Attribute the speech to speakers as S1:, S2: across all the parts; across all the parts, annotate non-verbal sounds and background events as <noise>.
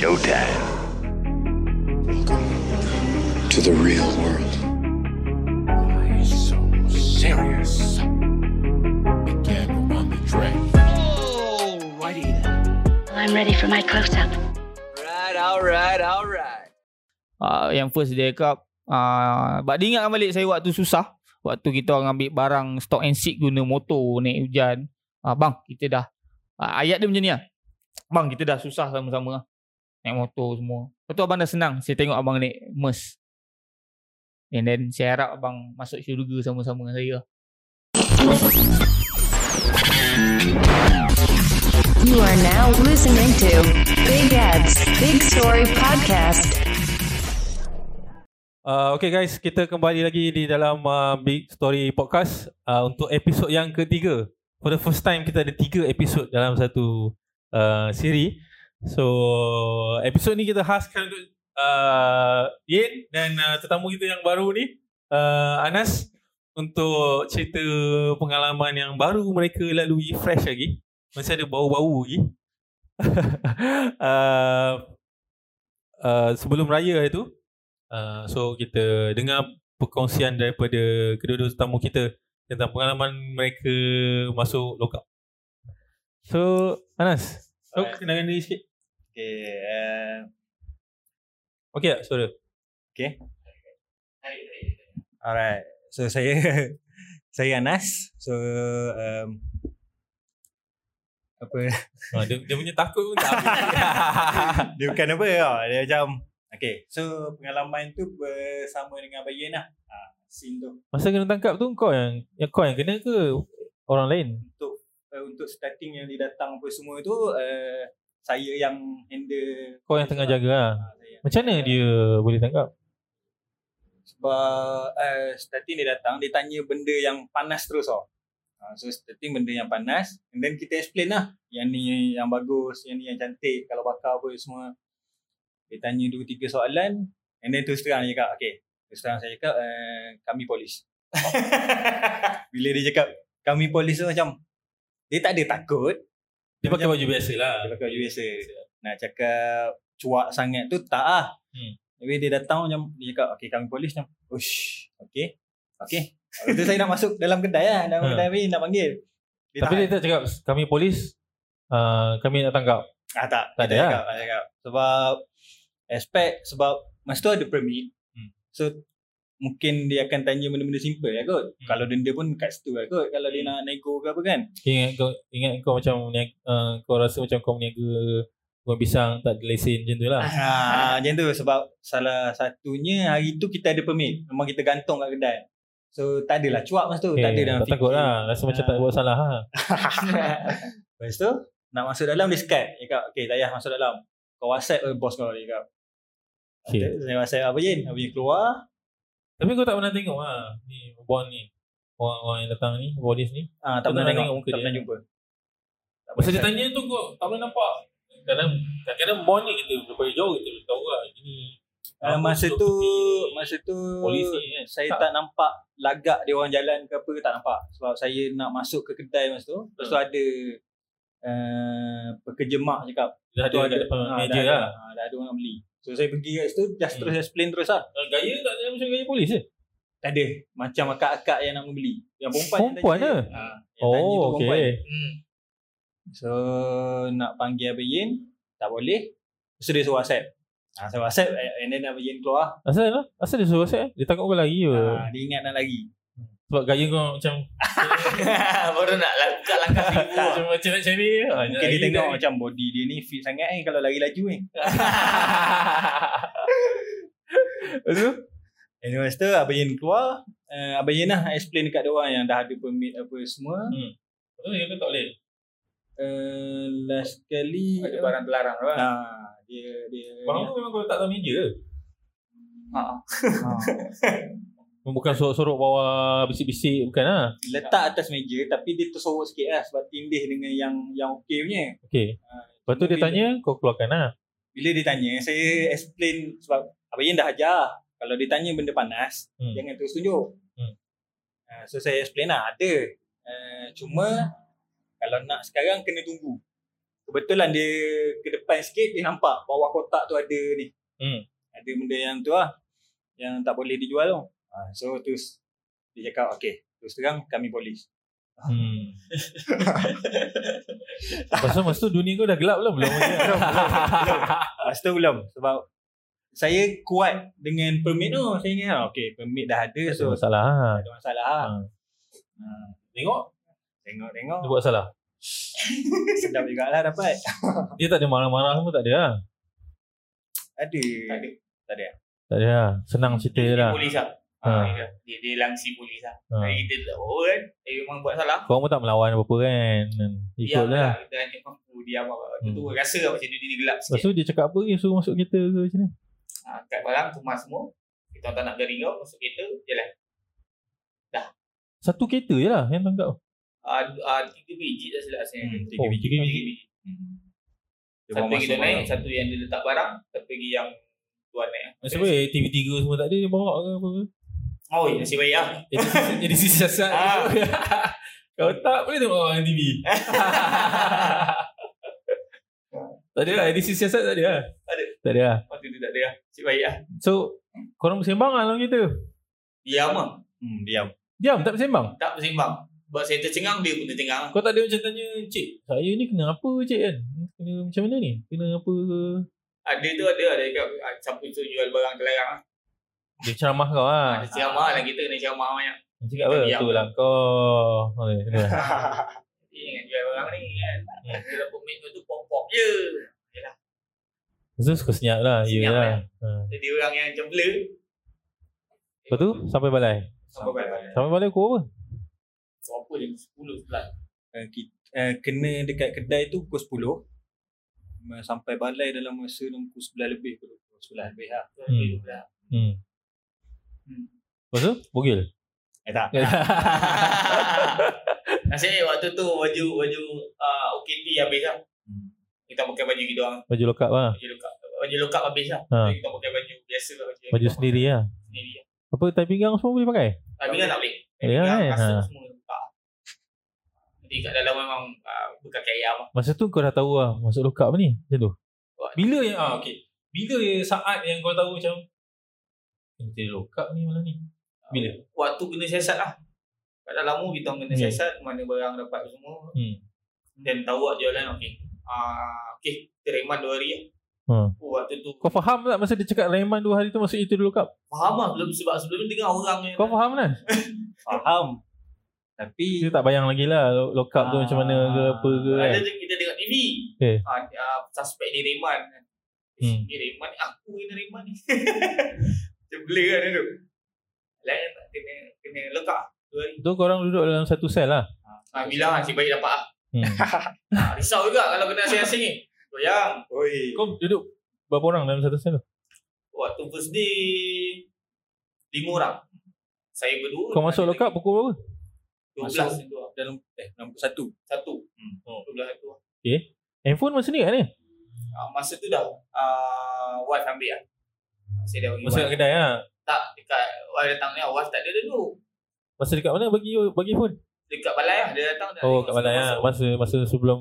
S1: showtime.
S2: to the real world.
S3: serious. Again on the train.
S4: I'm ready for my close-up.
S5: Alright, alright, alright.
S6: uh, yang first dia cup uh, but dia ingatkan balik saya waktu susah waktu kita orang ambil barang stock and seat guna motor naik hujan uh, bang kita dah uh, ayat dia macam ni lah bang kita dah susah sama-sama lah naik motor semua lepas tu abang dah senang saya tengok abang naik MERS and then saya harap abang masuk syurga sama-sama dengan saya lah
S7: You are now listening to Big Ed's Big Story Podcast.
S8: Uh, okay guys, kita kembali lagi di dalam uh, Big Story Podcast uh, untuk episod yang ketiga. For the first time kita ada tiga episod dalam satu uh, siri. So episod ni kita khaskan untuk uh, Yin dan uh, tetamu kita yang baru ni uh, Anas untuk cerita pengalaman yang baru mereka lalui fresh lagi. Masih ada bau-bau lagi. <laughs> uh, uh, sebelum raya itu Uh, so kita dengar perkongsian daripada kedua-dua tetamu kita tentang pengalaman mereka masuk lokap. So Anas, kau
S9: Alright.
S8: kenalkan diri sikit.
S9: Okay, uh,
S8: Okey tak suara?
S9: alright. So saya <laughs> saya Anas. So um,
S8: <laughs>
S9: apa
S8: Ha, dia, dia punya takut pun tak
S9: dia bukan apa tau. Dia macam Okay, so pengalaman tu bersama dengan Bayan lah. Ha, scene tu.
S8: <laughs> Masa kena tangkap tu kau yang, yang kau yang kena ke orang lain?
S9: Untuk uh, untuk starting yang dia datang apa semua tu, uh, saya yang handle.
S8: Kau yang tengah jaga lah.
S9: Ha, saya.
S8: Macam mana dia boleh tangkap?
S9: Sebab uh, starting dia datang, dia tanya benda yang panas terus tau. Uh, so starting benda yang panas and then kita explain lah yang ni yang bagus, yang ni yang cantik kalau bakar apa semua. Dia tanya dua tiga soalan and then terus terang dia cakap, okay. Terus terang saya cakap, uh, kami polis. <laughs> Bila dia cakap, kami polis tu macam, dia tak ada takut.
S8: Dia pakai baju biasa lah.
S9: Dia pakai baju biasa. Nak cakap cuak sangat tu tak ah.
S8: Hmm.
S9: Hmm. Tapi dia datang macam dia cakap okey kami polis macam ush okey. Okey. Lepas tu saya nak masuk dalam kedai lah. Dalam
S8: Ha.
S9: kedai ni nak panggil. Dia
S8: Tapi
S9: tak,
S8: dia tak cakap kami polis, uh, kami nak tangkap.
S9: ah, tak,
S8: tak
S9: tak,
S8: ada lah.
S9: dia tak cakap, tak cakap. Sebab expect sebab masa tu ada permit.
S8: Hmm.
S9: So mungkin dia akan tanya benda-benda simple lah kot.
S8: Hmm.
S9: Kalau denda pun kat situ lah kot. Kalau dia nak nego ke apa kan.
S8: Ingat kau ingat kau macam meniaga, uh, kau rasa macam kau meniaga bukan pisang tak ada lesen macam tu lah.
S9: Ah, macam tu sebab salah satunya hari tu kita ada permit. Memang kita gantung kat kedai. So tak adalah cuak masa tu,
S8: Okay,
S9: tak ada dalam
S8: Eh, tak takut lah. Rasa macam
S9: Ah.
S8: tak buat salah ha.
S9: <laughs> Lepas tu nak masuk dalam dia sekat. Dia kata, "Okey, tak payah masuk dalam. Kau WhatsApp eh, bos kau," dia kata.
S8: Okay.
S9: Okay. Saya WhatsApp apa Jin? Apa Jin keluar?
S8: Tapi kau tak pernah tengok ha. Ni Bond ni. Orang-orang yang datang ni, polis ni.
S9: Ah, tak
S8: Kau tak
S9: pernah
S8: tengok
S9: tengok,
S8: muka
S9: tak
S8: dia.
S9: pernah jumpa. Tak
S8: Masa dia
S9: pernah
S8: tanya tu kau tak boleh nampak. Kadang kadang Bond ni kita daripada jauh kita boleh tahu lah ini
S9: Ah,
S8: apa
S9: masa
S8: untuk
S9: tu
S8: tepi
S9: masa tu
S8: polis ni kan.
S9: saya
S8: Tak.
S9: tak. nampak lagak dia orang jalan ke apa tak nampak sebab saya nak masuk ke kedai masa tu lepas
S8: Hmm.
S9: tu ada uh, pekerja mak cakap
S8: dah ada
S9: tu
S8: kat depan
S9: ah,
S8: meja lah.
S9: dah, ada- ah, dah ada orang nak beli so saya pergi kat situ just
S8: Hmm.
S9: terus explain terus lah
S8: Eh, Gaya tak ada macam gaya polis je.
S9: tak ada macam akak-akak yang nak membeli yang perempuan
S8: Perempuan
S9: yang
S8: ke?
S9: tanya, ah, yang tanya tu
S8: Oh,
S9: perempuan
S8: okay.
S9: so nak panggil Abang Yin tak boleh so dia suruh WhatsApp Ah, saya WhatsApp and then Abang Yin keluar.
S8: Asal lah. Asal dia suruh saya? Dia takut kau lari ke?
S9: Ah, dia ingat nak lari.
S8: Sebab gaya kau macam
S5: <laughs> Baru nak la- buka
S9: <laughs>
S5: langkah seribu.
S8: Tak, macam macam macam ni. Ah,
S9: Mungkin dia
S8: lagi
S9: tengok
S8: dah.
S9: macam body dia ni fit sangat eh kalau lari laju
S5: <laughs>
S9: ni.
S8: Lepas tu?
S9: And lepas tu Abang Yin keluar, uh, Abang Yin lah explain dekat dia orang yang dah ada permit apa semua.
S5: Hmm.
S8: Lepas tu dia kata tak boleh.
S9: Uh, last kali
S5: Ada barang terlarang lah.
S9: Ah, dia dia
S8: Barang tu memang kau letak dalam meja ke?
S5: Ha,
S8: Oh, Bukan sorok-sorok bawah bisik-bisik bukan lah.
S9: ni letak atas meja tapi dia tersorok sikit lah sebab tindih dengan yang yang okey punya.
S8: Okey.
S9: Ah,
S8: Lepas tu dia
S9: bila-
S8: tanya kau keluarkan lah.
S9: Bila dia tanya, saya explain sebab Abang Yin dah ajar. Kalau dia tanya benda panas,
S8: Hmm.
S9: jangan terus tunjuk.
S8: Hmm.
S9: Ah, so eh, saya explain lah, ada. Uh, cuma kalau nak sekarang kena tunggu. Kebetulan dia ke depan sikit dia nampak bawah kotak tu ada ni.
S8: Hmm.
S9: Ada benda yang tu lah yang tak boleh dijual tu. Ha, so terus dia cakap okay terus terang kami <laughs> polis.
S8: Hmm. Pasal masa tu dunia kau dah gelap lah belum lagi. ah.
S9: <laughs> Lepas tu belum sebab saya kuat dengan permit tu. Saya ingat ah, okay permit dah ada
S8: So
S9: so tak
S8: salah ha.
S9: ada masalah lah.
S8: Ha.
S9: Ha,
S8: Tengok
S9: tengok-tengok
S8: dia buat salah.
S9: sedap jugalah dapat.
S8: Dia tak ada marah-marah pun tak ada lah.
S9: Ada.
S1: Tak ada.
S8: Tak ada lah. Senang cerita je lah.
S1: Polis lah. Ha.
S8: Ha.
S1: dia- Dia, dia langsi polis lah.
S8: Ha.
S1: Jadi kita tak oh kan. Dia memang buat salah.
S8: Korang pun tak melawan apa-apa kan.
S1: Ya,
S8: Ikut lah.
S1: Kita hanya mampu diam lah. Lepas tu
S8: Hmm.
S1: rasa lah macam dunia ni gelap
S8: Lepas
S1: sikit.
S8: tu dia cakap apa dia suruh masuk kereta ke macam ni.
S1: Ha, angkat barang, tumas semua. Kita tak nak garing kau, masuk kereta, lah. jalan.
S8: Satu kereta je lah yang tangkap.
S1: Ah, ah, tiga biji tak silap saya.
S9: Hmm,
S8: Oh, tiga biji.
S1: Hmm. Satu
S9: Dia
S1: yang kita
S9: bawa
S1: naik,
S9: masuk barang.
S1: satu yang dia letak barang, satu lagi yang tuan naik.
S8: Nasib baik TV3 semua tak ada dia bawa ke apa ke.
S1: Oh, ya, nasib baik lah.
S8: Jadi jadi sisi siasat.
S1: Ah.
S8: <laughs> Kau tak boleh tengok orang TV. tak ada lah. Edisi siasat tak ada lah.
S1: Ada.
S8: Tak ada lah.
S1: Waktu tu tak ada lah. Nasib baik lah.
S8: So, korang bersembang lah dalam kereta.
S1: Diam lah.
S9: Hmm,
S8: <laughs>
S9: diam.
S8: Diam, tak bersembang.
S1: Tak bersembang. Sebab saya tercengang, dia pun tercengang.
S8: Kau tak ada macam tanya, cik, saya ni kena apa cik kan? Kena macam mana ni? Kena apa ke?
S1: Ada tu ada, ada cakap, ah, siapa tu jual barang terlarang lah.
S8: Dia ceramah kau lah.
S1: Ada ceramah lah, kita kena ceramah banyak.
S8: Dia cakap apa?
S1: Diam.
S8: Tu lah kau. Oh, ya, kena.
S1: Jadi jangan jual barang ni kan. Kalau pemilik tu pop-pop je.
S8: Terus kau senyap lah.
S1: Senyap
S8: Senyap lah. Ha.
S1: Jadi orang yang macam blur.
S8: Lepas tu, sampai balai.
S1: Sampai balik.
S8: Sampai balai kau apa?
S1: So, apa je, 10 sebelah.
S9: Uh, ki- uh, kena dekat kedai tu pukul 10 Ma- sampai balai dalam masa dalam pukul 11 lebih kot. pukul 11 lebih lah.
S8: Hmm. Hmm. Lepas tu, bugil.
S9: Eh tak.
S1: <laughs> Nasib baik waktu tu baju baju uh, OKT habis lah. Kita pakai baju kita orang.
S8: Baju lokap lah.
S1: Baju lokap. Baju lokap habis lah.
S8: Ha.
S1: Ha. Kita pakai baju biasa lah. Baju,
S8: Baju sendiri lah.
S1: sendiri lah.
S8: Apa, tai pinggang semua boleh pakai?
S1: Tapi kan tak boleh.
S8: Ya,
S1: Pinggang,
S8: eh,
S1: kasut
S8: ha.
S1: semua buka. Jadi kat dalam memang uh, berkaki ayam lah.
S8: Masa tu kau dah tahu lah masuk lokap ni. Macam tu.
S1: Wah.
S8: Bila yang, ah, okay. Bila yang saat yang kau tahu macam, kita lokap ni malam ni. Bila?
S1: Waktu kena siasat lah. Kat dalam tu kita orang kena
S8: Hmm.
S1: siasat. Mana barang dapat semua.
S8: Hmm.
S1: Dan tahu lah jualan. Okay. Uh, okay. Kita reman dua hari lah.
S8: Hmm.
S1: Oh, waktu tu.
S8: Kau faham tak masa dia cakap Rayman dua hari tu masuk itu dulu kap?
S1: Faham lah. Belum, sebab sebelum dengar orang ni.
S8: Kau faham kan?
S9: Faham. Tapi
S8: Kita tak bayang lagi lah lo- lokap tu
S9: Ah.
S8: macam mana ke apa ke kan.
S1: Ada kita tengok TV.
S8: Okay.
S1: Ah, ah, suspek ni Reman.
S8: Hmm.
S1: Hmm. Ni Reman ni aku kena Reman ni. <laughs> Macam blur kan tu. Lain tak kena kena lekak. Dua hari.
S8: Tu korang duduk dalam satu sel lah.
S1: Ah, bilang lah, si baik dapat ah.
S8: <laughs> Hmm.
S1: ah. Risau juga kalau kena asing-asing ni. Goyang.
S9: oi.
S8: Kau duduk berapa orang dalam satu sel tu?
S1: Waktu first day, lima orang. Saya berdua.
S8: Kau masuk lokap pukul berapa?
S1: 12
S9: Masuk.
S1: itu lah.
S9: dalam eh dalam pukul 1.
S1: Satu.
S9: Hmm.
S1: Oh. 12 itu lah.
S8: Handphone masa ni kan ni?
S1: Ah, masa tu dah ah, wife ambil lah. Saya dah bagi
S8: Masa
S1: wife.
S8: kat kedai lah.
S1: Tak, dekat wife datang ni wife tak ada dulu.
S8: Masa dekat mana bagi bagi phone?
S1: Dekat balai lah dia datang dah. Tengok
S8: Oh kat balai
S1: sebelum
S8: lah. Masa, masa sebelum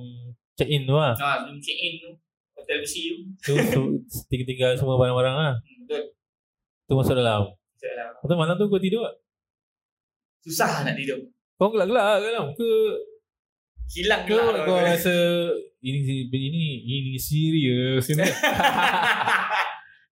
S8: check in tu lah.
S1: masuk. Ha, sebelum check in tu. Hotel besi tu.
S8: Tu tu- tinggal-tinggal semua barang-barang lah.
S1: Hmm, Betul.
S8: Tu masuk dalam.
S1: Sekejap lah.
S8: Lepas tu malam tu kau tidur tak?
S1: Susah nak tidur.
S8: Kau gelak-gelak lah kat dalam ke
S1: Hilang lah.
S8: Kau
S1: gelak
S8: kau
S1: tu.
S8: rasa ini ini ini serius
S9: <laughs>
S8: ini.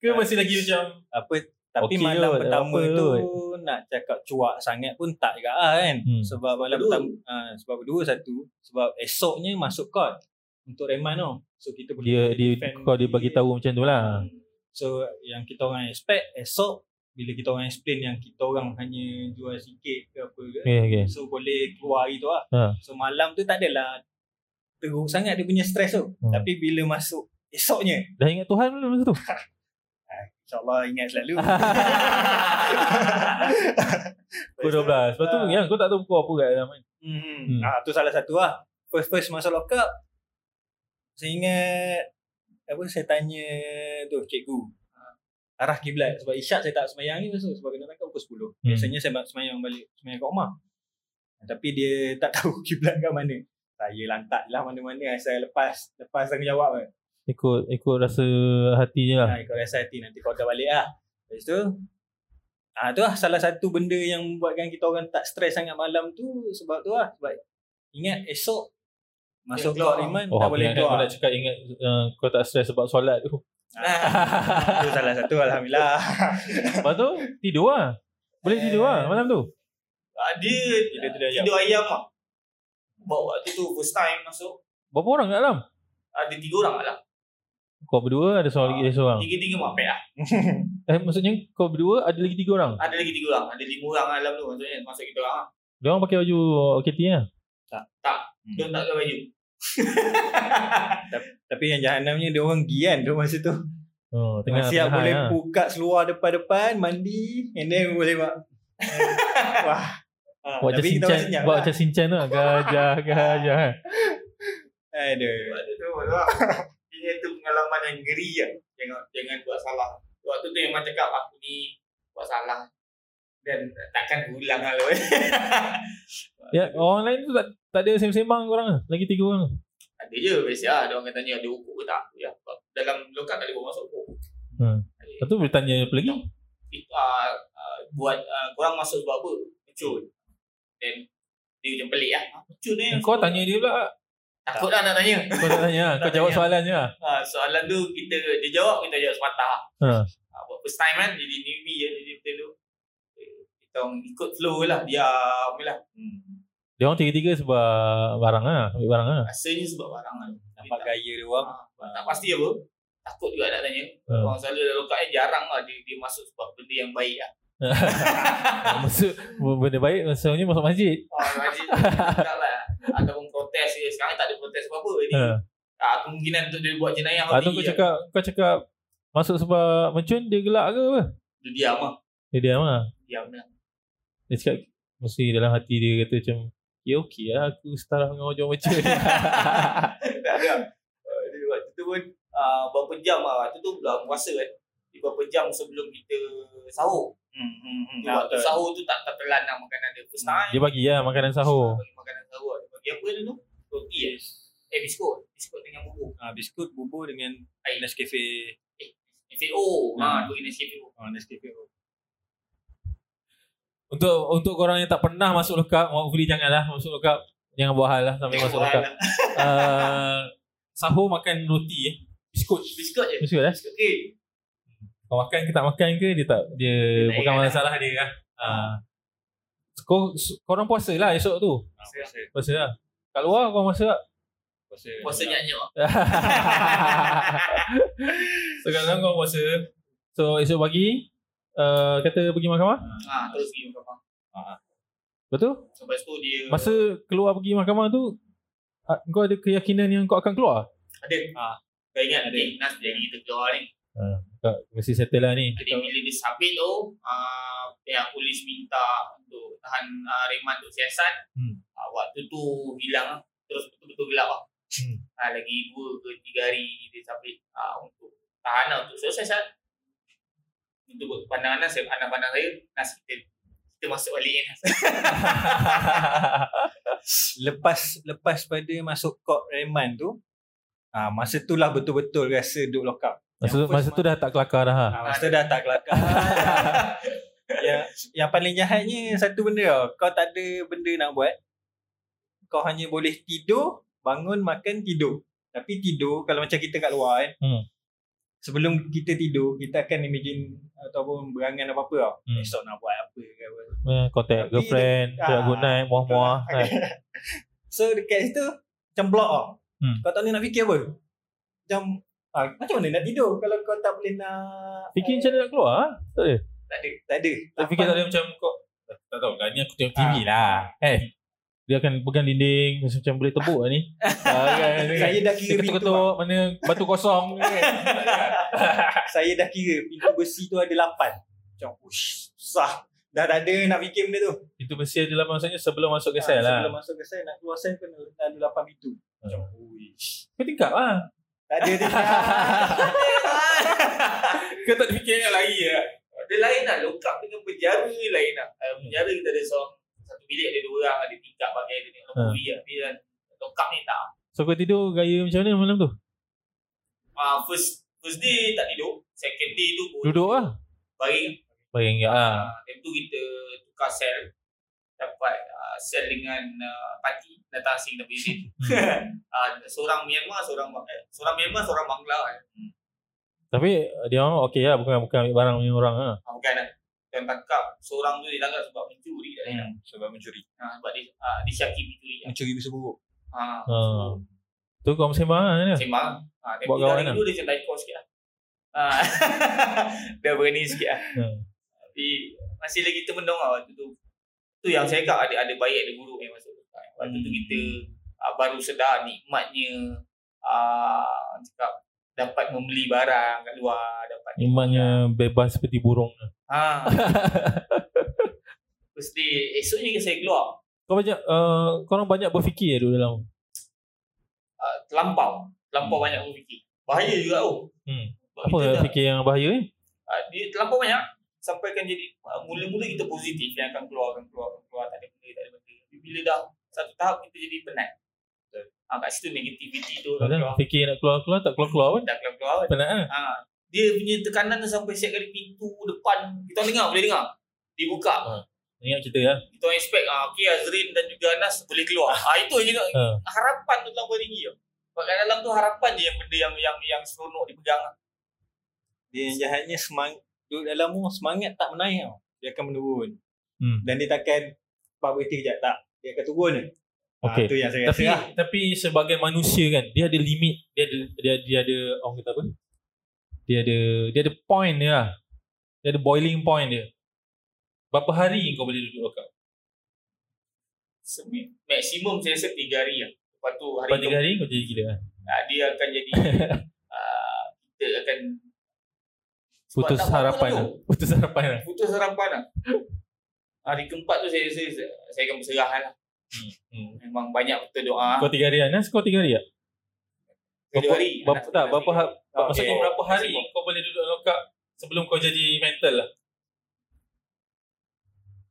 S8: ke masih lagi macam
S9: Apa tapi
S8: Okey
S9: malam
S8: kot,
S9: pertama
S8: apa
S9: tu
S8: kot.
S9: nak cakap cuak sangat pun tak juga lah kan.
S8: Hmm.
S9: Sebab malam
S1: Kedua.
S9: pertama ah, sebab dua satu sebab esoknya masuk court untuk remand tau. So kita boleh
S8: dia dia
S9: defend
S8: kau dia
S9: diri.
S8: bagi tahu macam tu lah.
S9: So yang kita orang expect esok bila kita orang explain yang kita orang hanya jual sikit ke apa ke.
S8: Okey okey.
S9: So boleh keluar hari tu lah.
S8: Ha.
S9: So malam tu tak adalah teruk sangat dia punya stres tu.
S8: Hmm.
S9: Tapi bila masuk esoknya
S8: Dah ingat Tuhan belum masa tu?
S9: insyaAllah ingat selalu.
S8: <laughs> Pukul 12. Lepas tu ya,
S9: Ah.
S8: yang kau tak tahu pukul apa kat dalam. kan?
S9: Hmm.
S8: Hmm.
S9: Ah tu salah satu lah. First-first masa lock up saya ingat apa saya tanya tu cikgu arah kiblat sebab isyak saya tak semayang ni masa tu, sebab kena tangkap pukul
S8: Hmm.
S9: 10. <laughs> Biasanya saya semayang balik semayang kat rumah. Tapi dia tak tahu kiblat kat mana. Saya lantak je lah mana-mana asal lepas lepas tanggungjawab kan.
S8: Ikut ikut rasa hati je lah.
S9: Ha, kau rasa hati nanti kau dah balik lah. Lepas tu, ah tu lah salah satu benda yang membuatkan kita orang tak stres sangat malam tu sebab tu lah. Sebab ingat esok masuk
S1: keluar.
S9: keluar Iman
S8: Oh,
S9: tak boleh
S8: Kau
S9: keluar.
S8: nak cakap ingat uh, kau tak stres sebab solat tu.
S9: Ah, Itu salah satu Alhamdulillah.
S8: Lepas tu tidur lah. Boleh
S9: Eh.
S8: tidur lah malam tu.
S1: Ah, dia
S9: Tidur-tidur ayam.
S1: tidur ayam lah. Bawa waktu tu first time masuk.
S8: Berapa orang kat dalam?
S1: Ada tiga orang lah.
S8: Kau berdua ada seorang
S9: Ah,
S8: lagi ada seorang.
S1: Tiga-tiga mapet lah.
S8: Eh maksudnya kau berdua ada lagi tiga orang.
S1: Ada lagi tiga orang. Ada lima orang lah dalam tu. Maksudnya masuk kita orang lah.
S8: Dia orang pakai baju OKT lah. Hmm.
S1: Dia tak pakai baju.
S9: Tapi yang jahanamnya dia orang gian tu masa tu.
S8: Oh, tengah
S9: Masih
S8: tengah
S9: boleh
S8: lah.
S9: buka seluar depan-depan, mandi, and then boleh <laughs> buat. Wah. Ah,
S8: Buat macam
S9: tapi kita
S8: sinchan,
S9: orang senyap
S8: buat
S9: lah.
S8: macam sinchan tu lah.
S9: <laughs>
S8: Gajah, gajah. kan.
S9: Aduh.
S1: Waktu tu lah. <laughs> Ini tu pengalaman yang ngeri lah. Jangan, jangan buat salah. Waktu tu memang cakap aku ni buat salah. Dan takkan ulang lah. <laughs> lu.
S8: Ya, orang lain tu tak, tak ada sembang-sembang orang lah. Lagi tiga orang.
S1: ada je biasa lah. Dia orang akan tanya ada ukur ke tak. Ya, sebab dalam lokal tak boleh buat masuk ukur.
S8: Hmm.
S1: Ada-
S8: Lepas tu boleh tanya apa lagi.
S1: it, uh, uh, buat uh, korang masuk sebab apa? Pecut. Then dia macam pelik lah. Ah, Pecut ni.
S8: Kau tanya dia pula.
S1: Takut lah nak tanya. <laughs>
S8: Kau tak tanya lah. Kau
S1: Tak
S8: jawab
S1: tanya.
S8: soalan je lah.
S1: Ha, soalan tu kita dia jawab kita jawab sepatah.
S8: Ha.
S1: Ha, buat first time kan jadi newbie je jadi betul tu. Eh, Kita orang ikut flow je lah diam je lah. Hmm.
S8: Dia orang tiga-tiga sebab barang lah. Ambil barang lah.
S1: Rasanya sebab barang kan. Dia
S9: Nampak
S1: tak-
S9: gaya dia orang.
S1: ha, tak pasti apa. Takut juga nak tanya.
S8: Ha.
S1: Orang selalu dalam kat jarang lah dia, dia masuk sebab benda yang baik lah.
S8: Maksud benda baik maksudnya masuk masjid.
S1: Oh, <laughs> rajin tak lah. Ataupun protes je. Sekarang tak ada protes apa-apa. Jadi,
S8: Ha.
S1: ah, kemungkinan untuk dia buat jenayah ya.
S8: Lepas Ah, tu kau
S9: ya.
S1: je.
S8: cakap kau cakap masuk sebab mencun dia gelak ke apa?
S1: Dia diam lah.
S8: Dia diam lah.
S1: Diam lah.
S8: Dia cakap mesti dalam hati dia kata macam ya okey lah aku setara dengan orang jual mencun. <laughs>
S1: tak ada. Ah, Dia waktu tu pun uh, berapa jam lah. Waktu tu bulan puasa kan. Dia berapa jam sebelum kita sahur.
S9: Hmm, hmm, hmm.
S1: Dia
S9: Nah,
S1: waktu
S9: betul.
S1: sahur tu tak tertelan lah makanan dia. First time.
S8: dia bagi lah makanan sahur.
S1: Bagi makanan sahur. Dia bagi apa dia tu? Roti eh. Eh biskut. Biskut dengan bubur.
S9: Ah, biskut bubur dengan
S1: Air.
S9: Nescafe.
S1: FAO. Ha,
S9: Hmm.
S1: bagi nasi FAO.
S9: Ah, Nescafe.
S8: Untuk untuk korang yang tak pernah masuk lokap, hopefully janganlah masuk lokap. Jangan buat hal lah sampai masuk lokap. Uh, sahur makan roti eh. Biskut.
S1: Biskut je.
S8: Biskut lah.
S1: Biskut eh. ke?
S8: Kau makan ke tak makan ke dia tak dia
S1: tak
S8: bukan
S1: ingat
S8: masalah dia lah. Ah. Kau korang puasa lah esok tu.
S9: Ah, puasa.
S8: Puasa lah. Kat luar korang puasa <laughs> tak?
S9: Puasa.
S1: Puasa ah. nyak-nyak.
S8: so kat dalam korang puasa. So esok pagi uh, kata pergi mahkamah.
S1: Ha, terus pergi mahkamah.
S8: Lepas tu
S1: Lepas tu dia
S9: Hmm.
S8: masa keluar pergi mahkamah tu ah, kau ada keyakinan yang kau akan keluar?
S1: ada. Ha. Kau ingat ada. Eh, Nas jadi kita keluar ni.
S8: Kau mesti settle lah ni.
S1: Jadi bila dia sabit tu, uh, pihak polis minta untuk tahan uh, reman untuk siasat.
S8: Hmm.
S1: Uh, waktu tu hilang lah. Terus betul-betul gelap lah.
S8: Hmm.
S1: Uh, lagi dua ke tiga hari dia sabit uh, untuk tahan lah untuk suruh siasat. Itu buat pandangan Nas, pandang-pandang saya, Nas kita, kita masuk balik kan.
S9: <laughs> lepas lepas pada masuk court reman tu ah masa tu lah betul-betul rasa duk lokap.
S8: Masa tu, masa tu dah tak kelakar dah. Ha.
S9: Ah masa tu dah tak <laughs> kelakar. yang yang paling jahatnya satu benda tau. Kau tak ada benda nak buat. Kau hanya boleh tidur, bangun, makan, tidur. Tapi tidur kalau macam kita kat luar kan.
S8: Hmm.
S9: Sebelum kita tidur, kita akan imagine ataupun berangan apa-apa tau.
S8: Hmm.
S9: Esok nak buat apa ke apa.
S8: Eh, Contact
S9: Tapi
S8: girlfriend,
S9: dia-
S8: cakap good
S9: ah,
S8: night, muah-muah.
S9: betul lah.
S8: kan.
S9: <laughs> So dekat situ macam block tau.
S8: Hmm.
S9: Kau tak boleh nak fikir apa. Macam ah, macam mana nak tidur kalau kau tak boleh nak
S8: Fikir macam mana nak keluar? ah? Tak ada.
S9: tak ada. Tak Ah. ada.
S8: Kau fikir tak ada macam kau tak tahu lah ni aku tengok TV lah. Eh. Dia akan pegang dinding macam, macam boleh tebuk lah
S9: <laughs>
S8: ni. Ah, kan, kan.
S9: Saya dah
S8: Dia
S9: kira pintu.
S8: ketuk-ketuk mana batu kosong kan.
S9: Ah, Saya dah kira pintu besi tu ada lapan. Macam ush, susah. Dah tak ada nak fikir benda tu.
S8: Pintu besi ada lah maksudnya sebelum masuk ke
S9: Ah,
S8: sel lah. Hmm.
S9: Sebelum masuk ke sel nak keluar sel kena ada lapan pintu. Macam uish.
S8: Kau tingkap lah.
S9: Tak ada dia.
S8: <laughs> Kau tak fikir yang lain lah.
S1: Dia lain lah. Lokap dengan penjara ni lain
S8: Hmm.
S1: lah. Uh, penjara kita ada seorang, satu bilik ada dua orang. Ada tingkap bagai dia tengok
S8: Ha.
S1: lemuri lah. Dia kan lokap cakap ni tak.
S8: So kau tidur gaya macam mana malam tu?
S1: Uh, first first day tak tidur. Second day tu pun
S8: Duduk lah.
S1: Baring.
S8: Bayang ya. Ha.
S1: Uh, time tu kita tukar sel. Dapat uh, sel dengan uh, parti datang asing dari sini. <laughs> uh, seorang Myanmar, seorang eh, seorang Myanmar, seorang Bangla kan.
S8: Tapi dia orang okey lah bukan bukan ambil barang punya orang ah.
S1: Uh, bukan lah. Dan tangkap seorang tu ditangkap sebab mencuri. Hmm.
S9: Hmm, sebab mencuri.
S1: Uh, sebab dia, uh, disyaki mencuri. kan.
S9: Mencuri bisa buruk.
S1: Ah,
S8: Ha. Tu kau sembang ah ni.
S1: Sembang. Ha,
S8: Buat
S1: Buat kawan
S8: kawan
S1: kan? Dulu dia macam taiko sikit lah. Ha. <laughs> dah berani sikit lah.
S8: Hmm.
S1: Tapi masih lagi termendung lah waktu tu. Tu yang saya cakap ada, ada baik ada buruk yang masuk. Waktu tu
S8: Hmm.
S1: kita uh, baru sedar nikmatnya uh, cakap dapat membeli barang kat luar dapat
S8: Imannya bebas seperti burung.
S1: ha <laughs> mesti esoknya saya keluar
S8: Kau banyak uh, kau orang banyak berfikir dulu dalam.
S1: uh, terlampau terlampau banyak berfikir bahaya juga oh
S8: Hmm.
S1: Sebab
S8: Apa
S1: kita tak-
S8: fikir yang bahaya eh?
S1: uh, dia terlampau banyak sampaikan jadi uh, mula-mula kita positif yang akan keluar akan keluar akan keluar tak ada benda tak ada benda Tapi bila dah satu tahap kita jadi penat ha, kat situ negativiti tu akan
S8: Kadang
S1: keluar
S8: Kan? fikir nak keluar-keluar tak keluar-keluar pun.
S1: dah keluar-keluar kan.
S8: Penat ah.
S1: ha, dia punya tekanan tu sampai siap kali pintu depan kita orang dengar boleh dengar dibuka
S8: Ha. Ingat kita lah.
S1: kita orang expect ah, okay Azrin dan juga Anas boleh keluar ha, itu yang juga
S8: Ha.
S1: harapan tu terlalu tinggi tau. sebab kat dalam tu harapan je yang benda yang yang yang seronok dipegang lah.
S9: Dia yang jahatnya semangat duduk dalam mu semangat tak menaik tau. Dia akan menurun.
S8: Hmm.
S9: Dan dia takkan apa berhenti kejap tak. Dia akan turun je.
S8: Okey.
S9: Ha, tu yang saya
S8: Tapi
S9: rasa lah.
S8: tapi sebagai manusia kan dia ada limit, dia ada dia dia ada orang kata apa? Dia ada dia ada point dia lah. Dia ada boiling point dia. Berapa hari kau boleh duduk kat
S1: Se- maksimum saya rasa 3 hari lah lepas tu hari
S8: Lepas
S1: tu
S8: tiga hari kau jadi gila kan?
S1: uh, dia akan
S8: <laughs>
S1: jadi uh, kita akan sebab
S8: Putus
S1: tak apa-apa
S8: harapan
S1: lah
S8: lah. <laughs>
S1: tu.
S8: Putus harapan lah.
S1: putus harapan lah. Hari keempat tu saya saya, saya akan berserah lah.
S8: Hmm.
S1: Memang banyak betul doa.
S8: Kau tiga hari Anas, kau tiga hari tak?
S1: Tujuh
S8: berapa-
S1: hari.
S8: berapa- tak, berapa har-
S1: okay.
S8: Maksudnya berapa hari Ah, kau boleh duduk dalam kak sebelum kau jadi mental lah?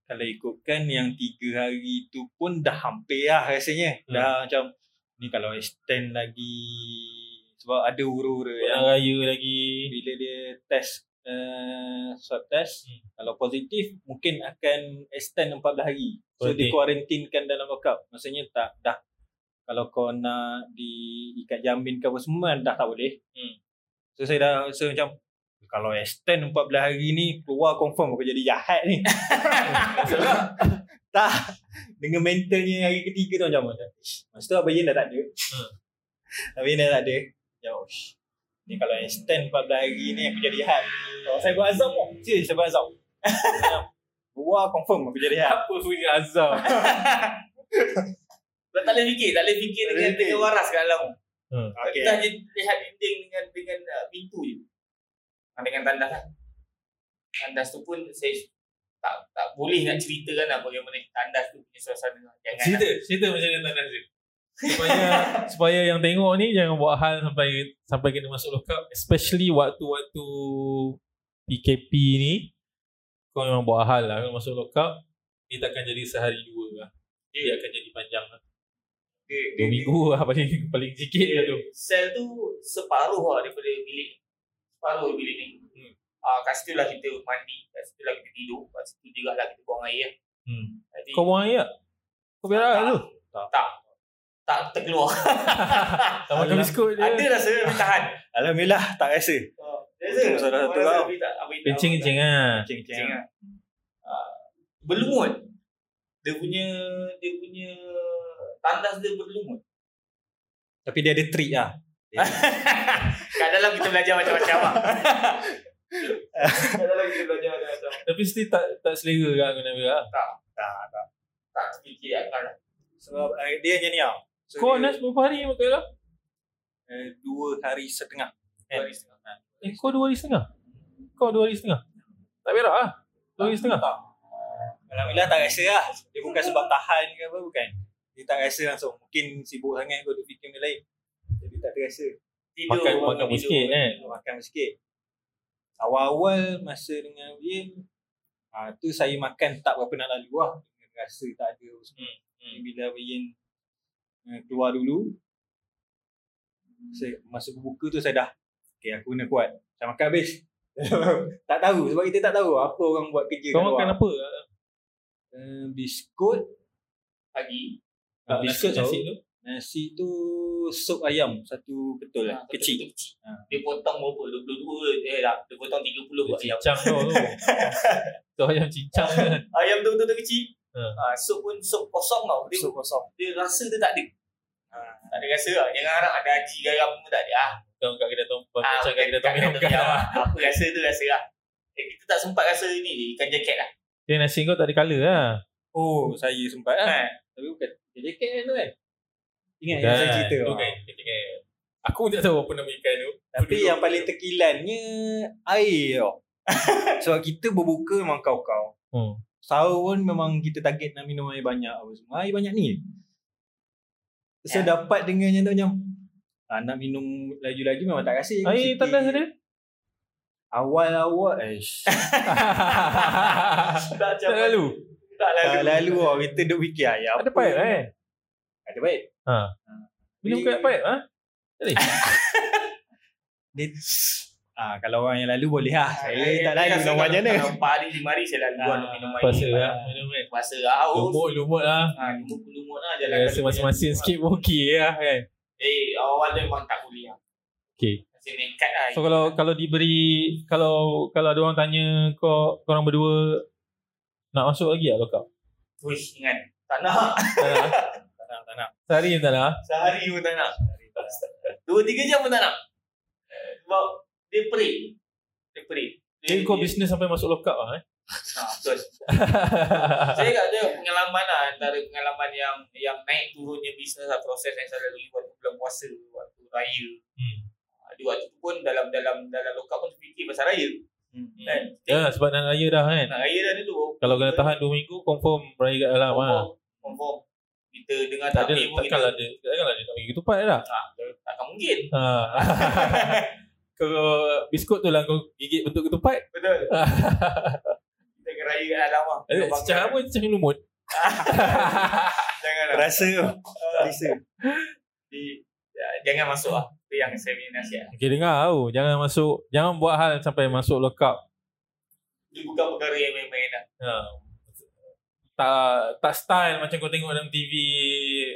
S9: Kalau ikutkan yang tiga hari tu pun dah hampir lah rasanya.
S8: Hmm.
S9: Dah macam ni kalau extend lagi. Sebab ada huru-hura yang
S8: Yang raya lagi.
S9: bila dia test uh, swab test
S8: Hmm. Hmm.
S9: kalau positif mungkin akan extend 14 hari so
S8: Okey.
S9: okay. dikuarantinkan dalam lockup maksudnya tak dah kalau kau nak diikat jamin ke apa semua dah tak boleh
S8: Hmm.
S9: so saya dah so macam kalau extend 14 hari ni keluar confirm aku jadi jahat
S8: <laughs>
S9: ni tak dengan mentalnya hari ketiga tu macam mana masa tu abang Yin dah tak ada
S8: Hmm.
S9: abang Yin dah tak ada ya oh sh- ni kalau extend 14 hari ni aku jadi jahat kalau saya buat azam pun serius saya buat azam Wah confirm aku jadi ah. jahat
S8: Apa punya azam?
S1: Sebab tak boleh fikir, tak boleh fikir dengan,
S9: Boleh
S1: dengan waras kat dalam.
S8: Hmm.
S9: okay.
S1: Kita hanya lihat dinding dengan dengan uh, pintu je. Ah, Dengan tandas lah. Tandas tu pun saya tak tak boleh nak ceritakan lah bagaimana tandas tu punya suasana. Jangan lah.
S8: cerita, cerita macam mana Tandas dia. Supaya <laughs> supaya yang tengok ni jangan buat hal sampai sampai kena masuk lockup especially waktu-waktu PKP ni kau memang buat hal lah kau masuk lockup dia takkan jadi sehari dua lah. Dia akan jadi panjang lah.
S1: Dia- dia-
S8: Dua minggu lah <laughs> paling paling sikit lah tu.
S1: sel tu separuh lah daripada bilik separuh bilik ni hmm. uh, kat situ lah kita mandi kat situ lah kita tidur kat situ juga lah kita buang air
S8: Hmm.
S1: Jadi,
S8: Kau buang air tak? Kau berak
S1: tak, lah.
S8: tak tu?
S1: tak, tak tak terkeluar
S8: <laughs> Tak makan
S9: Alah.
S8: biskut dia.
S1: ada rasa tapi tahan
S9: Alhamdulillah tak rasa Betul, saudara
S1: Rasa,
S9: satu kau.
S1: tapi tak- tapi tak-
S8: Kencing-kencing lah.
S1: kencing
S9: Cing-cing
S1: lah. Ah, berlumut dia punya dia punya tandas dia berlumut
S9: Tapi dia ada trick lah
S8: ah.
S1: kat dalam kita belajar macam-macam lah <laughs> kat dalam kita belajar macam-macam
S8: Tapi still tak tak selera kan kau nak berak.
S9: tak, tak.
S1: tak fikir akal lah.
S9: Sebab uh, dia macam ni tau so,
S8: Kau
S9: dia,
S8: Anas berapa hari makan lah?
S9: uh, Dua hari setengah ah.
S1: Dua hari setengah.
S8: Eh kau dua hari setengah? Kau dua hari setengah? Tak berak lah? Dua hari setengah?
S9: Tak. Alhamdulillah tak rasa lah Dia bukan sebab tahan ke apa bukan Dia tak rasa langsung Mungkin sibuk sangat kau duk fikir benda lain Jadi tak terasa
S1: Tidur,
S8: Makan-
S1: bangun
S8: makan
S1: tidur.
S8: sikit, eh.
S9: kan? Dia Makan sikit Awal-awal masa dengan dia ha, Tu Hmm, saya makan tak berapa nak lalu lah Dengan rasa tak ada apa semua Bila Abang Yin uh, keluar dulu saya masuk buku tu saya dah okay aku kena kuat saya makan habis <laughs> tak tahu sebab kita tak tahu apa orang buat kerja
S8: Kau makan apa?
S9: uh, biskut
S1: Pagi.
S9: Ah,
S8: Nasi
S9: biskut
S8: nasi
S9: nasi,
S8: tu?
S9: nasi tu sup ayam satu betul lah kecil Ha.
S1: Dia potong berapa? 22 eh tak, dia potong 30 buat ayam.
S8: Cincang tu tu. Tu ayam cincang kan.
S1: Ayam tu betul-betul kecil.
S8: Ha.
S1: Ha. sup pun sup kosong tau. Dia,
S9: sup kosong
S1: dia rasa dia tak ada. Ha. Tak ada rasa lah. Jangan harap ada haji garam pun tak ada. Ah,
S8: Kau kat kedai tom,
S1: ah,
S8: macam kat
S1: bukan-
S8: kedai
S1: bukan
S8: tom yam
S1: kata
S8: kan.
S1: ayam lah. Apa rasa tu rasa lah. Eh, kita tak sempat rasa ni ikan jaket lah.
S8: Dia nasi kau tak ada colour lah.
S9: oh saya sempat lah
S1: Ha.
S9: tapi bukan jaket kan tu kan ingat
S8: Kan,
S9: yang saya cerita
S8: tu
S9: ah.
S8: kan, kita kan. Aku pun tak tahu apa nama ikan tu.
S9: Tapi
S8: Duduk
S9: yang
S8: dulu.
S9: paling terkilannya air
S8: <laughs>
S9: tau. Sebab kita berbuka memang kau-kau.
S8: Hmm.
S9: Sahur pun memang kita target nak minum air banyak apa semua. Air banyak ni.
S1: Ya.
S9: So dapat dengan yang tu macam ah, nak minum laju-laju memang tak rasa.
S8: Air
S9: Sikit.
S8: tandas ada?
S9: Awal-awal
S8: <laughs>
S9: eish.
S1: Tak
S8: Tak lalu.
S1: Tak lalu.
S9: tak lalu tau. Kita duk fikir air apa.
S8: Ada pipe eh. Ha.
S9: Ada baik.
S8: Minum kat pipe ah.
S9: Dia, ah, kalau orang yang lalu boleh lah. Saya
S1: Saya
S9: tak lalu. Nak buat macam mana?
S1: Kalau pagi lima hari saya lalu buat
S9: Ah,
S1: minum air.
S8: Puasa lah. Minum kan.
S1: Puasa haus.
S8: Lumut, lumut lah.
S1: Ha, lumut-lumut lah jalan.
S8: Rasa masing-masing sikit pun okey lah kan.
S1: Eh, awal dia memang tak boleh lah.
S8: Okey.
S1: Masih nekat lah.
S8: So kalau kalau diberi kalau kalau ada orang tanya kau korang berdua nak masuk lagi tak <laughs> lokap?
S1: Push ingat. Tak nak. <laughs>
S8: Tak nak. eh?
S9: Tak nak, tak nak.
S8: Sehari je tak nak. eh?
S1: Sehari pun tak nak. Dua, tiga jam pun tak nak. Eh, Sebab dia perit. Dia perit.
S8: Jadi Kan kau bisnes sampai masuk lokap lah eh.
S1: Ha,
S8: <laughs>
S1: betul. Saya kat dia pengalaman lah. Antara pengalaman yang yang naik turunnya bisnes lah. Proses yang saya lalui waktu bulan puasa. Waktu raya.
S8: Hmm.
S1: Ha, Di waktu tu pun dalam dalam dalam lokal pun fikir pasal raya. Kan?
S8: Ya sebab nak raya dah kan.
S1: Nak raya dah dulu.
S8: Kalau kena tahan 2 minggu confirm raya kat dalam
S1: Confirm.
S8: ah.
S1: Confirm. Kita dengar
S8: Tak ada
S1: takbir pun
S8: takkanlah
S1: kita-
S8: ada takkanlah dia nak pergi ketupat dah.
S1: Ah, takkan mungkin.
S8: <laughs> Ha. Kau biskut tu lah kau gigit bentuk ketupat.
S1: <laughs> Betul. Kita akan raya kat dalam lah.
S8: Eh, Secara pun macam <laughs> lumut.
S1: Janganlah.
S9: Rasa tu. Rasa.
S1: lah. Di, ya, jangan masuk lah. Itu yang saya punya nasihat.
S8: Okey dengar tau. Jangan masuk jangan buat hal sampai masuk lokap.
S1: Itu bukan perkara yang main-main lah.
S8: Ha. Tak tak style macam kau tengok dalam TV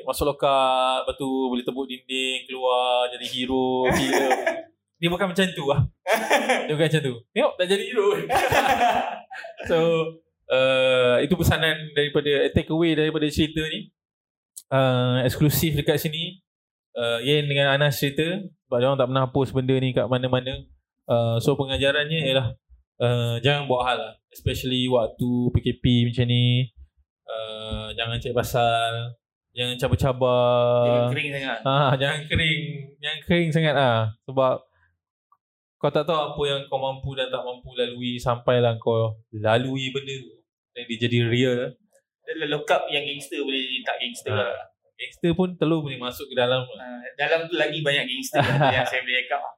S8: masuk lokap lepas tu boleh tebuk dinding keluar jadi <laughs> hero hero. Dia bukan macam tu lah. Dia bukan macam tu. Tengok tak jadi hero. so uh, itu pesanan daripada take away daripada cerita ni. Uh, eksklusif dekat sini. Uh, Yen dengan Anas cerita sebab dia orang tak pernah post benda ni kat mana-mana. Uh, so pengajarannya ialah uh, jangan buat hal lah especially waktu PKP macam ni uh, jangan cek pasal
S1: Jangan
S8: jangan cabar-cabar
S1: kering sangat.
S8: ah jangan kering jangan kering sangat ah sebab kau tak tahu apa yang kau mampu dan tak mampu lalui sampailah kau lalui benda tu dan dia jadi real
S1: Dalam lokap yang gangster boleh jadi tak gangster
S8: Ah.
S1: lah.
S8: gangster pun telur boleh masuk ke dalam
S1: Ah, dalam tu lagi banyak
S8: <laughs>
S1: gangster lah yang saya boleh cakap lah.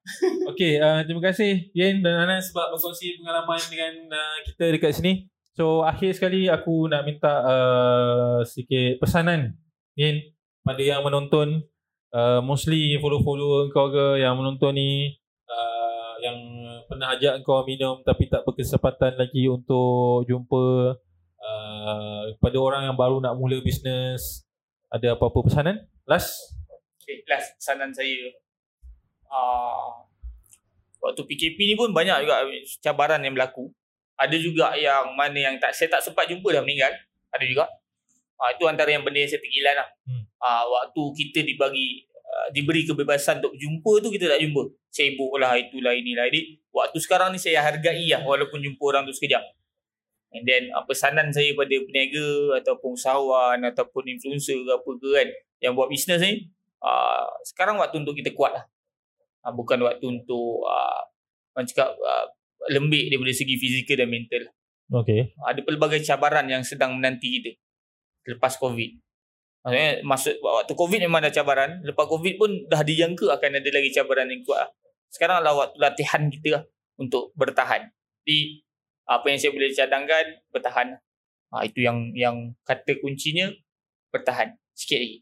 S8: Okay, uh, terima kasih Yen dan Anas sebab berkongsi pengalaman dengan uh, kita dekat sini. So, akhir sekali aku nak minta uh, sikit pesanan Yen pada yang menonton uh, mostly follow-follower kau ke yang menonton ni uh, yang pernah ajak kau minum tapi tak berkesempatan lagi untuk jumpa uh, pada orang yang baru nak mula bisnes ada apa-apa pesanan? Last?
S1: Okay, last pesanan saya. Uh, waktu PKP ni pun banyak juga cabaran yang berlaku. Ada juga yang mana yang tak saya tak sempat jumpa dah meninggal. Ada juga. Uh, itu antara yang benda yang saya terkilan lah.
S8: Hmm.
S1: Hmm. Uh, waktu kita dibagi uh, diberi kebebasan untuk jumpa tu kita tak jumpa. Sibuk lah itulah inilah. Jadi waktu sekarang ni saya hargai lah walaupun jumpa orang tu sekejap. And then uh, pesanan saya pada peniaga ataupun usahawan ataupun influencer ke apa ke kan yang buat bisnes ni uh, sekarang waktu untuk kita kuat lah. Uh, bukan waktu untuk uh, orang cakap uh, lembik daripada segi fizikal dan mental.
S8: Okay.
S1: Ada pelbagai cabaran yang sedang menanti kita lepas COVID. Maksudnya masuk waktu COVID memang ada cabaran, lepas COVID pun dah dijangka akan ada lagi cabaran yang kuat. Lah. Sekarang lah waktu latihan kita lah untuk bertahan. Jadi apa yang saya boleh cadangkan Ah, bertahan. Ha, itu yang yang kata kuncinya bertahan sikit lagi.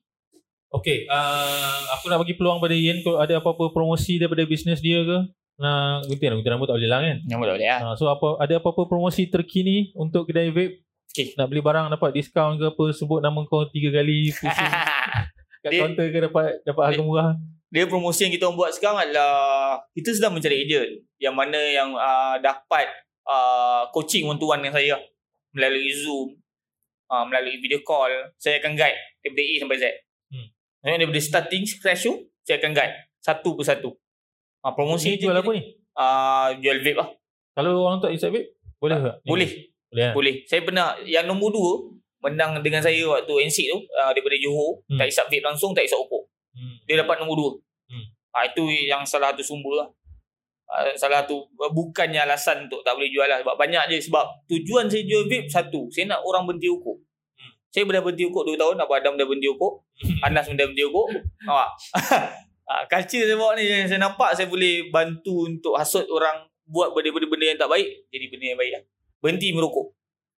S8: Okay, uh, aku nak bagi peluang pada Ian kalau ada apa-apa promosi daripada bisnes dia ke. Nah, gunting lah, gunting rambut tak boleh lah kan.
S1: Nama tak boleh lah.
S8: Ha, so apa ada apa-apa promosi terkini untuk kedai vape?
S1: Okey.
S8: Nak beli barang dapat diskaun ke apa sebut nama kau tiga kali pusing
S1: <laughs> ah.
S8: kat
S1: Dia-
S8: kaunter ke dapat dapat harga
S1: Dia-
S8: murah.
S1: dia promosi yang kita orang buat sekarang adalah kita sedang mencari ejen yang mana yang uh, dapat uh, coaching one to one dengan saya melalui Zoom uh, melalui video call saya akan guide daripada A sampai Z
S8: Hmm.
S1: hmm. daripada starting scratch tu saya akan guide satu persatu uh, promosi
S8: Ni
S1: je
S8: jual apa ni?
S1: Uh, jual vape lah
S8: Kalau orang tak inside vape boleh tak? Ni?
S1: Ah, boleh
S8: Boleh. Kan?
S1: boleh saya pernah yang nombor dua menang dengan saya waktu NC tu uh, daripada Johor
S8: Hmm.
S1: tak isap vape langsung tak isap opok
S8: Hmm.
S1: dia dapat nombor dua.
S8: Hmm.
S1: Hmm. Ha, itu yang salah satu sumber lah. Ha, salah satu bukannya alasan untuk tak boleh jual lah sebab banyak je sebab tujuan saya jual vape satu saya nak orang berhenti rokok
S8: Hmm.
S1: saya dah berhenti rokok 2 tahun Abang Adam dah berhenti rokok Anas pun dah berhenti
S8: <laughs>
S1: rokok <laughs> nampak ha, culture saya bawa ni yang saya nampak saya boleh bantu untuk hasut orang buat benda-benda yang tak baik jadi benda yang baik lah berhenti merokok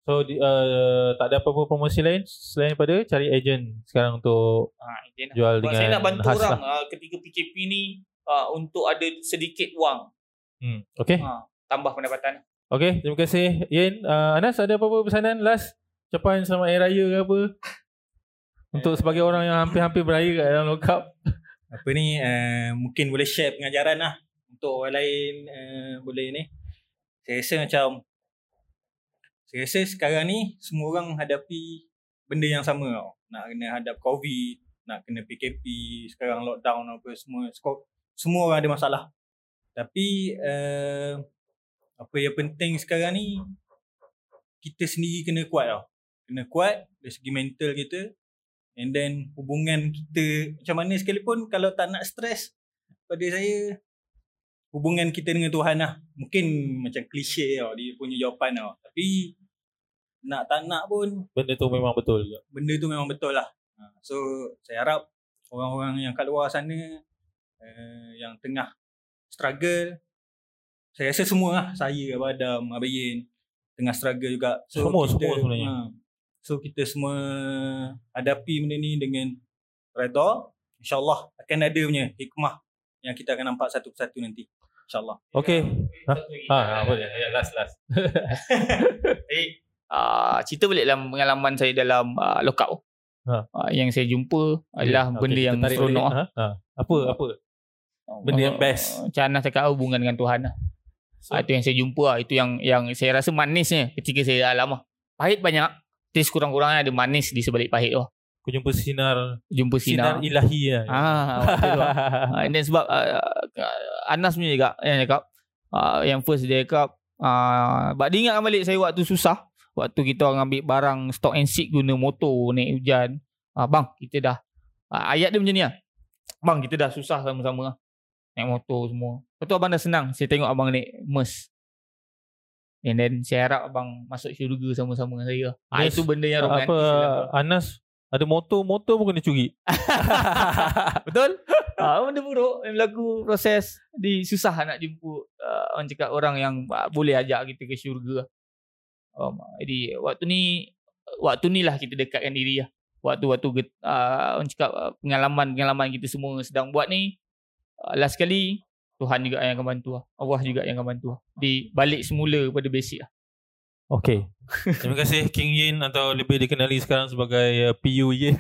S8: So di, uh, tak ada apa-apa promosi lain selain daripada cari agent sekarang untuk
S1: ha, itu yang
S8: jual
S1: Sebab
S8: dengan
S1: saya nak bantu
S8: khas
S1: orang
S8: Lah.
S1: ah, ketika PKP ni ah, untuk ada sedikit wang
S8: Hmm. Okay.
S1: ha, tambah pendapatan
S8: Okay, terima kasih Ian. Uh, Anas ada apa-apa pesanan last? Ucapan selamat hari raya ke apa? Untuk sebagai orang yang hampir-hampir beraya kat dalam lokap.
S9: apa ni uh, mungkin boleh share pengajaran lah untuk orang lain uh, boleh ni saya rasa macam saya rasa sekarang ni semua orang hadapi benda yang sama tau nak kena hadap covid nak kena PKP sekarang lockdown apa semua sko- semua orang ada masalah tapi uh, apa yang penting sekarang ni kita sendiri kena kuat tau kena kuat dari segi mental kita And then hubungan kita macam mana sekalipun kalau tak nak stres pada saya hubungan kita dengan Tuhan lah. Mungkin macam klise tau dia punya jawapan tau. Tapi nak tak nak pun
S8: Benda tu memang betul juga.
S9: benda tu memang betul lah. Ha, So saya harap orang-orang yang kat luar sana uh, yang tengah struggle saya rasa semua lah saya Abang Adam Abang Yin tengah struggle juga
S8: Semua, semua sebenarnya.
S9: ha, so kita semua hadapi benda ni dengan redha insyaallah akan ada punya hikmah yang kita akan nampak satu persatu nanti insyaallah
S8: Okay. Ha, ha boleh. Ya, last, last.
S1: Ah, cerita balik dalam pengalaman saya dalam
S6: ah,
S1: uh, lokal.
S8: Ha.
S1: Ha. yang saya jumpa adalah
S8: Okay,
S1: benda
S8: kita
S1: yang
S8: tarik
S1: seronok.
S8: balik. Ha, ha. Apa, apa? Benda yang best.
S6: Macam Anas cakap ah, hubungan dengan Tuhan lah.
S8: So-
S6: So, itu yang saya jumpa lah. Itu yang yang saya rasa manisnya ketika saya alam lah. Pahit banyak. Taste kurang-kurangnya ada manis di sebalik pahit tu. lah.
S8: Aku jumpa sinar,
S6: Jumpa sinar.
S8: sinar, ilahi lah.
S6: Ah, waktu tu lah.
S8: <laughs>
S6: Ah, And then sebab uh, Anas punya juga yang cakap uh, yang first dia cakap uh, but dia ingat balik saya waktu susah waktu kita orang ambil barang stock and seat guna motor naik hujan uh, bang kita dah uh, ayat dia macam ni lah bang kita dah susah sama-sama lah naik motor semua lepas tu abang dah senang saya tengok abang naik MERS and then saya harap abang masuk syurga sama-sama dengan saya lah. Ah,
S8: Yes.
S6: itu benda yang romantis
S8: apa,
S1: ya.
S6: dalam tu.
S8: Anas, ada motor, motor pun kena curi.
S6: Betul? Ah, benda buruk yang berlaku proses di susah nak jumpa uh, orang cakap orang yang uh, boleh ajak kita ke syurga. Um, jadi waktu ni waktu ni lah kita dekatkan diri lah. Waktu-waktu get- uh, orang cakap ah, pengalaman-pengalaman kita semua sedang buat ni uh, last sekali Tuhan juga yang akan bantu lah. Allah juga yang akan bantu lah. Di balik semula pada basic lah.
S8: Okay. <laughs> Terima kasih King Yin atau lebih dikenali sekarang sebagai uh, PU Yin.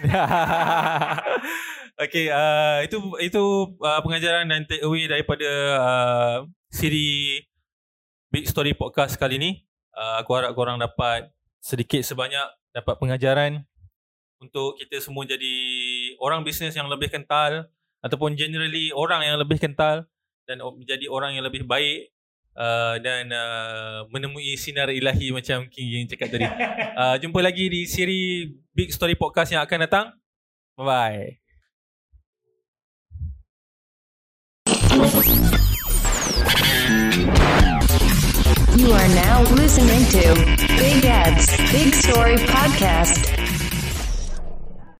S8: <laughs> okay, uh, itu itu uh, pengajaran dan take away daripada uh, siri Big Story Podcast kali ni. Uh, aku harap korang dapat sedikit sebanyak dapat pengajaran untuk kita semua jadi orang bisnes yang lebih kental ataupun generally orang yang lebih kental dan o- menjadi orang yang lebih baik uh, dan uh, menemui sinar ilahi macam King yang cakap tadi. Uh, jumpa lagi di siri Big Story Podcast yang akan datang. Bye-bye.
S7: You are now listening to Big Ads, Big Story Podcast.